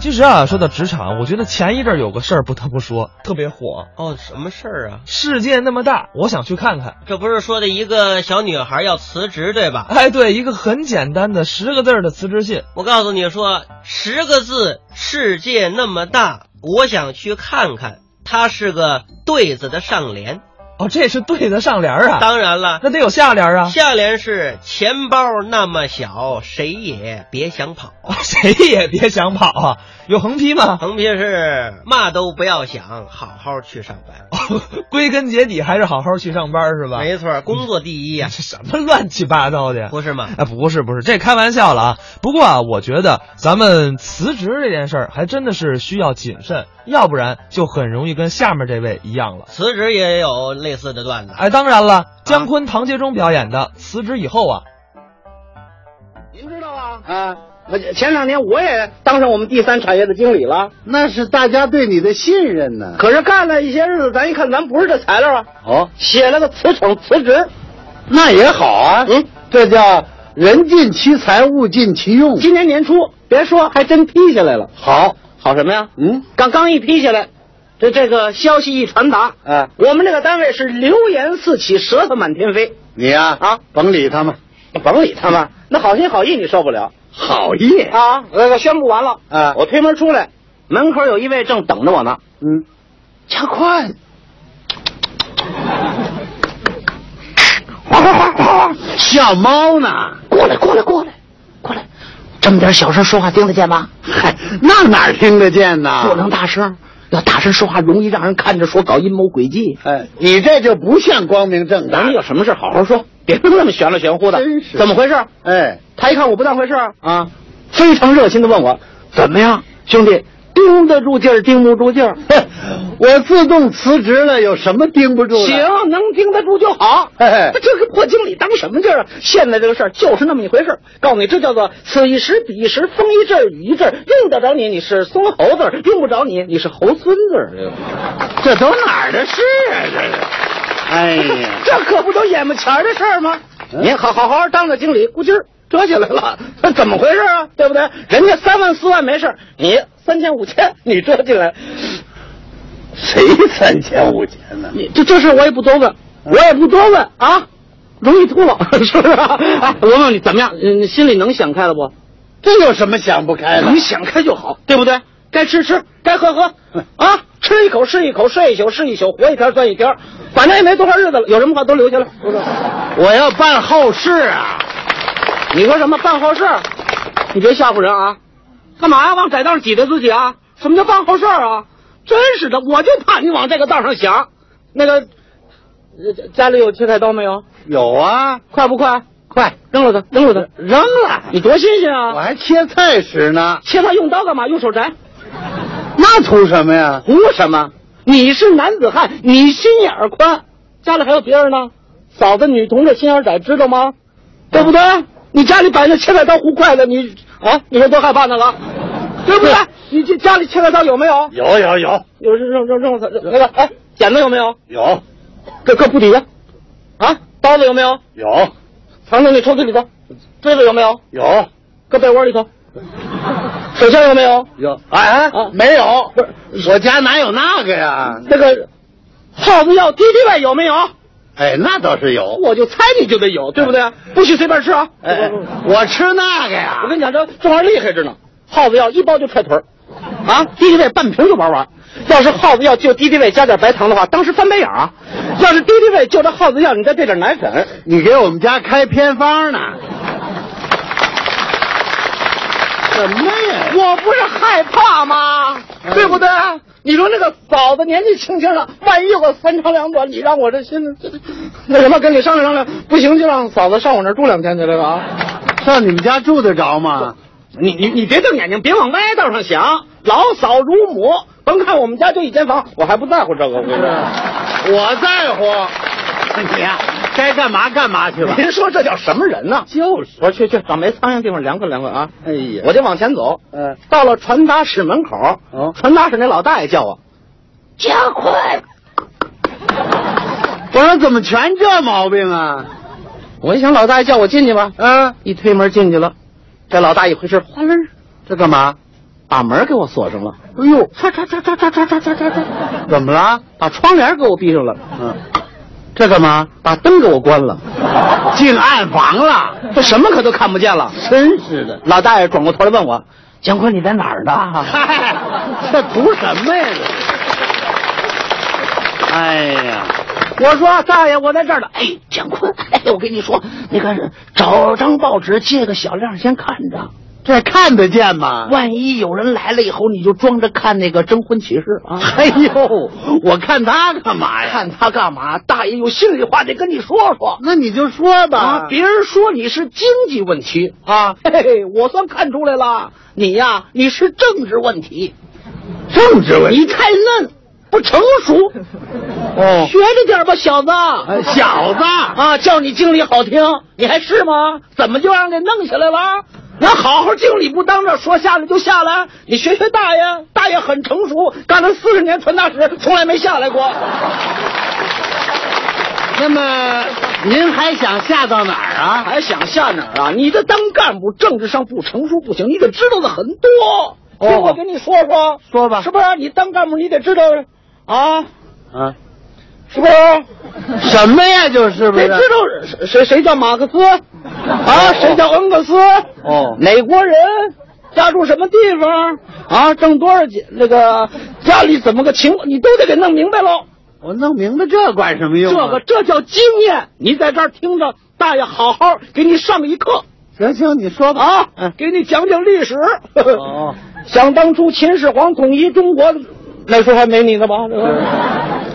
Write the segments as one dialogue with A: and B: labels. A: 其实啊，说到职场，我觉得前一阵儿有个事儿不得不说，特别火。
B: 哦，什么事儿啊？
A: 世界那么大，我想去看看。
B: 这不是说的一个小女孩要辞职对吧？
A: 哎，对，一个很简单的十个字儿的辞职信，
B: 我告诉你说，十个字，世界那么大，我想去看看。它是个对子的上联，
A: 哦，这是对得上联儿啊，
B: 当然了，
A: 那得有下联儿啊。
B: 下联是钱包那么小，谁也别想跑。
A: 哦 谁也别想跑啊！有横批吗？
B: 横批是嘛都不要想，好好去上
A: 哦
B: 班。
A: 归根结底还是好好去上班是吧？哎
B: 没错，工作第一呀、
A: 这什么乱七八糟的呀！
B: 不是吗？
A: 哎，不是不是，这开玩笑了啊。不过啊，我觉得咱们辞职这件事儿还真的是需要谨慎，要不然就很容易跟下面这位一样了。
B: 辞职也有类似的段子。
A: 哎，当然了，姜昆、唐杰忠表演的辞职以后啊，
C: 您知道啊？
D: 啊，我前两年我也当上我们第三产业的经理了，
C: 那是大家对你的信任呢。
D: 可是干了一些日子，咱一看咱不是这材料啊，
C: 哦，
D: 写了个辞呈辞职。
C: 那也好啊。
D: 嗯，
C: 这叫人尽其才，物尽其用。
D: 今年年初，别说还真批下来了，
C: 好，
D: 好什么呀？
C: 嗯，
D: 刚刚一批下来，这这个消息一传达，
C: 哎
D: 我们这个单位是流言四起，舌头满天飞，
C: 你呀
D: 啊
C: 甭理他们，
D: 甭理他们，那好心好意你受不了
C: 好意。
D: 啊！那个宣布完了，
C: 啊
D: 我推门出来，门口有一位正等着我呢，
C: 嗯，
D: 加快。
C: 小猫呢？
D: 过来，过来，过来，过来！这么点小声说话听得见吗？
C: 嗨，那哪儿听得见呢？
D: 不能。大声，要大声说话容易让人看着说搞阴谋诡计。
C: 哎，你这就不像光明正
D: 咱
C: 大
D: 们。有什么事好好说，别那么玄了玄乎的。
C: 真是
D: 怎么回事？
C: 哎，
D: 他一看我不当回事儿
C: 啊，
D: 非常热心的问我怎么样，兄弟，盯得住劲儿，盯不住劲儿。
C: 哼 我自动辞职了，有什么盯不住的？ 哎
D: 行，能盯得住就好。
C: 嘿嘿
D: 这个破经理当什么劲儿啊？现在这个事儿就是那么一回事儿。告诉你，这叫做此一时彼一时，风一阵儿雨一阵儿。用得着你，你是松猴子儿；用不着你，你是猴孙子儿。
C: 这都哪儿的事啊？这是，哎呀，嗯
D: 这可不都眼巴前儿的事儿吗？您好好好当个经理，咕叽儿折起来了，那怎么回事啊？对不对？人家三万四万没事儿，你三千五千，你折进来，
C: 谁三千五千呢？
D: 你这这事我也不多
C: 嗯
D: 问，我也不多问啊，容易秃噜， 是不是啊？哎，我问问你怎么样？嗯，心里能想开了不？
C: 这有什么想不开的
D: 能？想开就好，哎对不对？该吃吃，该喝喝，啊，吃一口是一口，睡一宿是一宿，活一天算一天，反正也没多少日子了，有什么话都留下来。啊不是
C: 我要办后事啊！
D: 你说什么办后事儿？你别吓唬人啊！干嘛呀？往窄道上挤兑自己啊？什么叫办后事儿啊？真是的，我就怕你往这个道上想。那个，呃家里有切菜刀没有？
C: 有啊，
D: 快不快？
C: 快
D: 扔了它，扔了它，
C: 扔了！
D: 你多新鲜
C: 我
D: 啊！
C: 还切菜时呢，
D: 切菜用刀干嘛？用手摘？
C: 那图什么呀？
D: 图什么？你是男子汉，你心眼儿宽，家里还有别人呢。嫂子女同志心眼儿窄，知道吗？对不对？你家里摆那切菜刀、胡筷子，你啊，你说多害怕那个，对不对？你这家里切菜刀有没有？
C: 有有有
D: 有扔扔扔扔那个哎，剪子有没有？
C: 有
D: 搁搁布底下，啊，刀子有没有？
C: 有
D: 藏在那抽屉里头，锥子有没有？
C: 有
D: 搁被窝里头，手枪有没有？
C: 有！哎
D: 啊，
C: 没有
D: 不是，
C: 我家哪有那个呀？
D: 那个耗子药、敌敌畏有没有？
C: 哎，那倒是有。
D: 我就猜你就得有，对不对？不许随便吃啊！
C: 哎，我吃那个呀
D: 我。跟你讲，这这玩意儿厉害着呢。耗子药一包就踹腿儿，啊，敌敌畏半瓶就玩完。要是耗子药就敌敌畏加点白糖的话，当时翻白眼儿啊！要是敌敌畏就这耗子药，你再兑点奶粉，
C: 哎你给我们家开偏方呢？什么呀？
D: 我不是害怕吗？对不对？你说那个嫂子年纪轻轻的，万一我三长两短，你让我这心这这那什么，跟你商量商量，不行就让嫂子上我那儿住两天去，这个啊。
C: 上你们家住得着吗？
D: 你你你别瞪眼睛，别往歪道上想，老嫂如母。甭看我们家就一间房，我还不在乎这个。我跟你说，
C: 我在乎。啊你呀、该干嘛干嘛去吧。
D: 您说这叫什么人呢？就是，我去去找没苍蝇地方凉快凉快啊！
C: 哎呀
D: 我就往前走，
C: 嗯
D: 到了传达室门口，
C: 哦
D: 传达室那老大爷叫我，姜昆，
C: 我说怎么全这毛病啊？
D: 我一想老大爷叫我进去吧，
C: 啊，
D: 一推门进去了，这老大一回身，哗楞，
C: 这干嘛？
D: 把门给我锁上了。哎呦，叉叉叉叉叉叉叉叉叉叉，怎么了？把窗帘给我闭上了。嗯，这干嘛？把灯给我关 了。
C: 进暗房了，
D: 这什么可都看不见了。
C: 真是的。
D: 老大爷转过头来问我：“姜昆，你在哪儿呢？”
C: 嗨， 这图什么呀？这哎呀，
D: 我说啊大爷，我在这儿呢。哎，姜昆，哎，我跟你说，你看是找张报纸借个小亮先看着，
C: 这看得见吗？
D: 万一有人来了以后，你就装着看那个征婚启事啊。
C: 哎呦，我看他干嘛呀？
D: 看他干嘛？大爷有心里话得跟你说说
C: 那你就说吧。
D: 啊！别人说你是经济问题啊，嘿嘿，我算看出来了，你呀、你是政治问题，
C: 政治问题
D: 你太嫩，不成熟，
C: 哦，
D: 学着点吧，小子。
C: 哎小子，
D: 啊，叫你经理好听，你还是吗？怎么就让人给弄下来了？那好好经理不当着说下来就下来，你学学大爷，大爷很成熟，干了四十年传达室，从来没下来过。
C: 那么您还想下到哪儿啊？
D: 还想下哪儿啊？你这当干部政治上不成熟不行，你得知道的很多。
C: 哦
D: 听我跟你说说，
C: 说吧
D: 是不是？你当干部你得知道啊，
C: 啊，
D: 是不是？
C: 什么呀？就是不
D: 得
C: 是？
D: 知道谁谁谁叫马克思啊，谁叫恩格斯
C: 哦
D: 哪国人？家住什么地方啊？挣多少钱？那个家里怎么个情况，你都得给弄明白喽。
C: 我弄明白这管什么
D: 这
C: 用、啊？
D: 个这叫经验。你在这儿听着，大爷好好给你上一课
C: 行行，你说吧。
D: 啊
C: 嗯，
D: 给你讲讲历史。
C: 哦，
D: 想当初秦始皇统一中国，那时候还没你呢吧？对
C: 嗯
D: 吧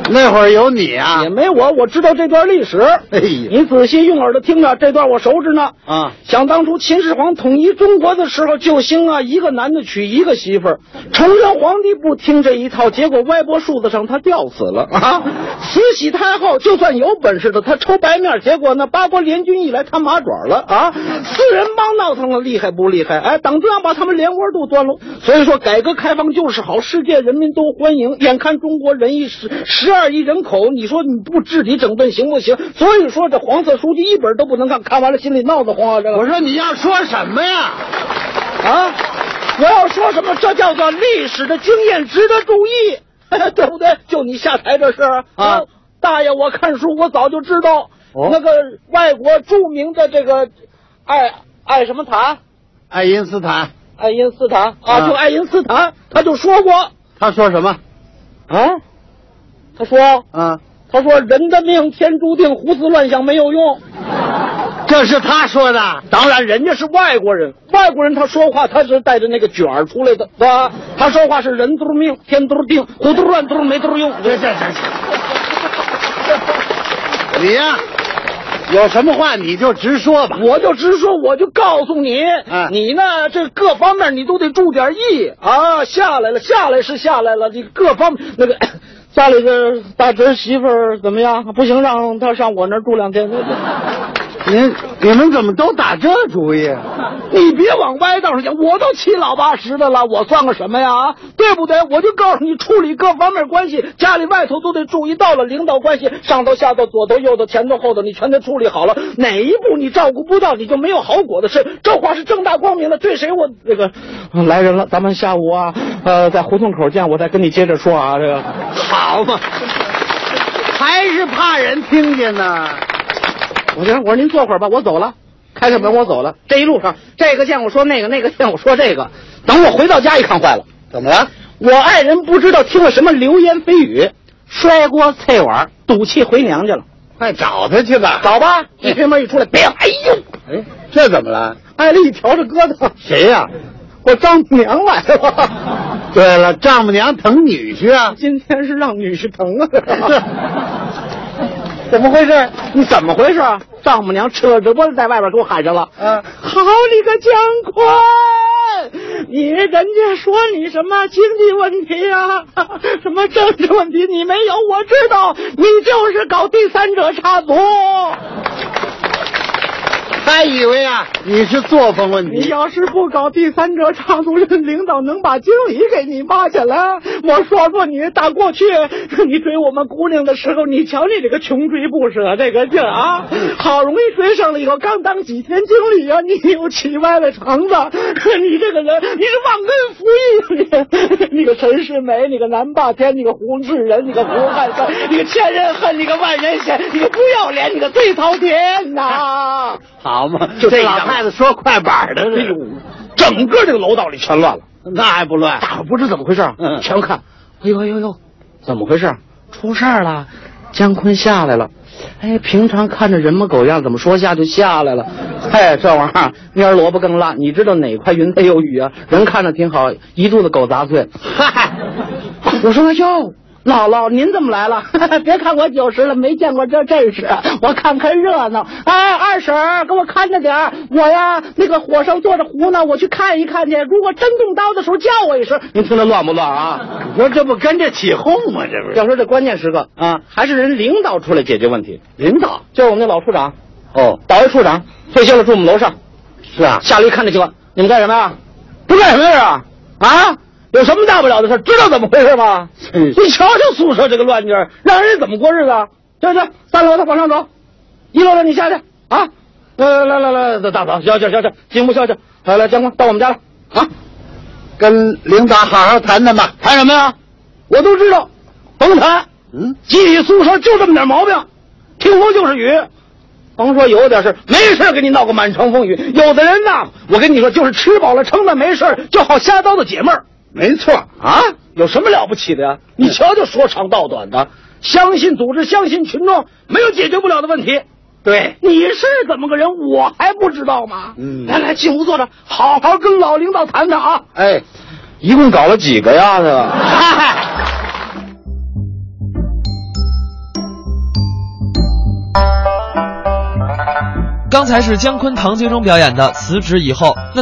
C: 那会儿有你啊
D: 也。没我，我知道这段历史。
C: 哎呀，
D: 你仔细用耳朵听着，这段我熟着呢。
C: 啊，
D: 想当初秦始皇统一中国的时候，就兴啊，一个男的娶一个媳妇儿。崇祯皇帝不听这一套，结果歪脖树子上他吊死了啊！慈禧太后就算有本事的，他抽白面，结果呢，八国联军一来，他麻爪了啊！四人帮闹腾了，厉害不厉害？哎，党中央把他们连窝都端了。所以说，改革开放就是好，世界人民都欢迎。眼看中国人一十十二亿人口，你说你不治理整顿行不行？所以说，这黄色书籍一本都不能看，看完了心里闹得慌啊！这个
C: 我说你要说什么呀？
D: 啊，我要说什么？这叫做历史的经验值得注意， 对不对？就你下台这事儿
C: 啊，
D: 大爷，我看书我早就知道，
C: 哦
D: 那个外国著名的这个爱爱什么塔，
C: 爱因斯坦
D: 爱因斯坦啊，
C: 啊
D: 就爱因斯坦，他就说过
C: 他说什么？
D: 啊，他说
C: 啊，
D: 他说人的命天注定，胡思乱想没有用。
C: 这是他说的。
D: 当然，人家是外国人，外国人他说话他是带着那个卷儿出来的，对吧？他说话是人嘟噜命，天嘟噜定，糊嘟噜乱嘟噜没嘟噜用。
C: 这这这，你呀、有什么话你就直说吧。
D: 我就直说，我就告诉你，
C: 嗯
D: 你呢这各方面你都得注点意啊。下来了，下来是下来了，这各方面那个 家里的大侄媳妇儿怎么样？不行，让她上我那儿住两天。
C: 您你们怎么都打这主意？啊
D: 你别往歪道上想，我都七老八十的了，我算个什么呀？啊，对不对？我就告诉你，处理各方面关系，家里外头都得注意到了，领导关系，上头下头，左头右头，前头后头，你全得处理好了。哪一步你照顾不到，你就没有好果子吃。这话是正大光明的，对谁我那个呃来人了，咱们下午啊，呃，在胡同口见，我再跟你接着说啊，这个。
C: 好嘛，还是怕人听见呢。
D: 我就说我说您坐会儿吧，我走了，开开门我走了。这一路上，这个见我说那个，那个见我说这个。等我回到家一看，坏了，
C: 怎么了？
D: 我爱人不知道听了什么流言蜚语，摔锅碎碗，赌气回娘家了。
C: 快找他去吧。
D: 找吧，一推门一出来，别，哎呦，
C: 哎，这怎么了？
D: 挨了一条这疙瘩，
C: 谁呀、
D: 我丈母娘来了。
C: 对了，丈母娘疼女婿啊。
D: 今天是让女婿疼 啊！怎么回事？你怎么回事啊？丈母娘扯着脖子在外边给我喊上了。
C: 嗯
D: 好你个姜昆，你人家说你什么经济问题啊， 什么政治问题，你没有，我知道，你就是搞第三者插足。
C: 还以为啊你是作风问
D: 你
C: 题。
D: 要是不搞第三者插足，领导能把经理给你骂下来。我说过你，大过去你追我们姑娘的时候，你瞧你这个穷追不舍这个劲儿啊！好容易追上了以后，刚当几天经理啊，你又起歪了肠子。 你这个人，你是忘恩负义！ 你个陈世美，你个南霸天，你个胡志仁，你个胡汉三，你个千人恨，你个万人嫌，你个不要脸，你个最滔天呐！
C: 好嘛，
D: 就哎这
C: 这
D: 样
C: 老太太说快板的，这
D: 整个这个楼道里全乱了。
C: 那还不乱？
D: 大伙不知怎么回事儿，
C: 嗯
D: 全看，哎呦哎呦哎呦，怎么回事儿？出事儿了！姜昆下来了。哎，平常看着人模狗样，怎么说下就下来了？哎，这玩意儿蔫儿萝卜更辣，你知道哪块云彩有雨啊？人看着挺好，一肚子狗杂碎。嗨，我说哟，姥姥您怎么来了？ 别看我九十了，没见过这阵势，啊我看看热闹。哎，二婶儿，给我看着点儿，我呀那个火烧坐着壶呢，我去看一看去。如果真动刀的时候叫我一声。您听着乱不乱 啊？
C: 你说这不跟着起哄吗？这不是
D: 要说这关键时刻啊，还是人领导出来解决问题。领导就是我们那老处长，哦，保卫处长退休了，住我们楼上。
C: 是啊，
D: 下来一看这情况，你们干什么呀？不干什么事啊？啊？有什么大不了的事？知道怎么回事吗？
C: 真是
D: 你瞧瞧宿舍这个乱劲儿，让人怎么过日子？啊？对对，三楼的往上走，一楼的你下去啊！来来来来来，大嫂，消消消消，进屋消消。来来，江光到我们家来啊！
C: 跟领导好好谈谈吧。
D: 谈什么呀？我都知道，甭谈。
C: 嗯，
D: 集体宿舍就这么点毛病，听风就是雨。甭说有点事儿，没事儿给你闹个满城风雨。有的人呐，我跟你说，就是吃饱了撑的，没事儿就好瞎叨叨解闷儿
C: 没错。
D: 啊，有什么了不起的呀？你瞧瞧，说长道短的，相信组织，相信群众，没有解决不了的问题。
C: 对，
D: 你是怎么个人，我还不知道吗？
C: 嗯
D: 来来，进屋坐着，好好跟老领导谈谈啊。
C: 哎，一共搞了几个呀？这个
D: 嗨，
A: 刚才是姜昆、唐杰忠表演的《辞职以后》，那